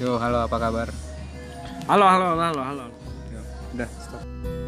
Yo, halo apa kabar? Halo, halo, halo, halo. Yo, udah stop.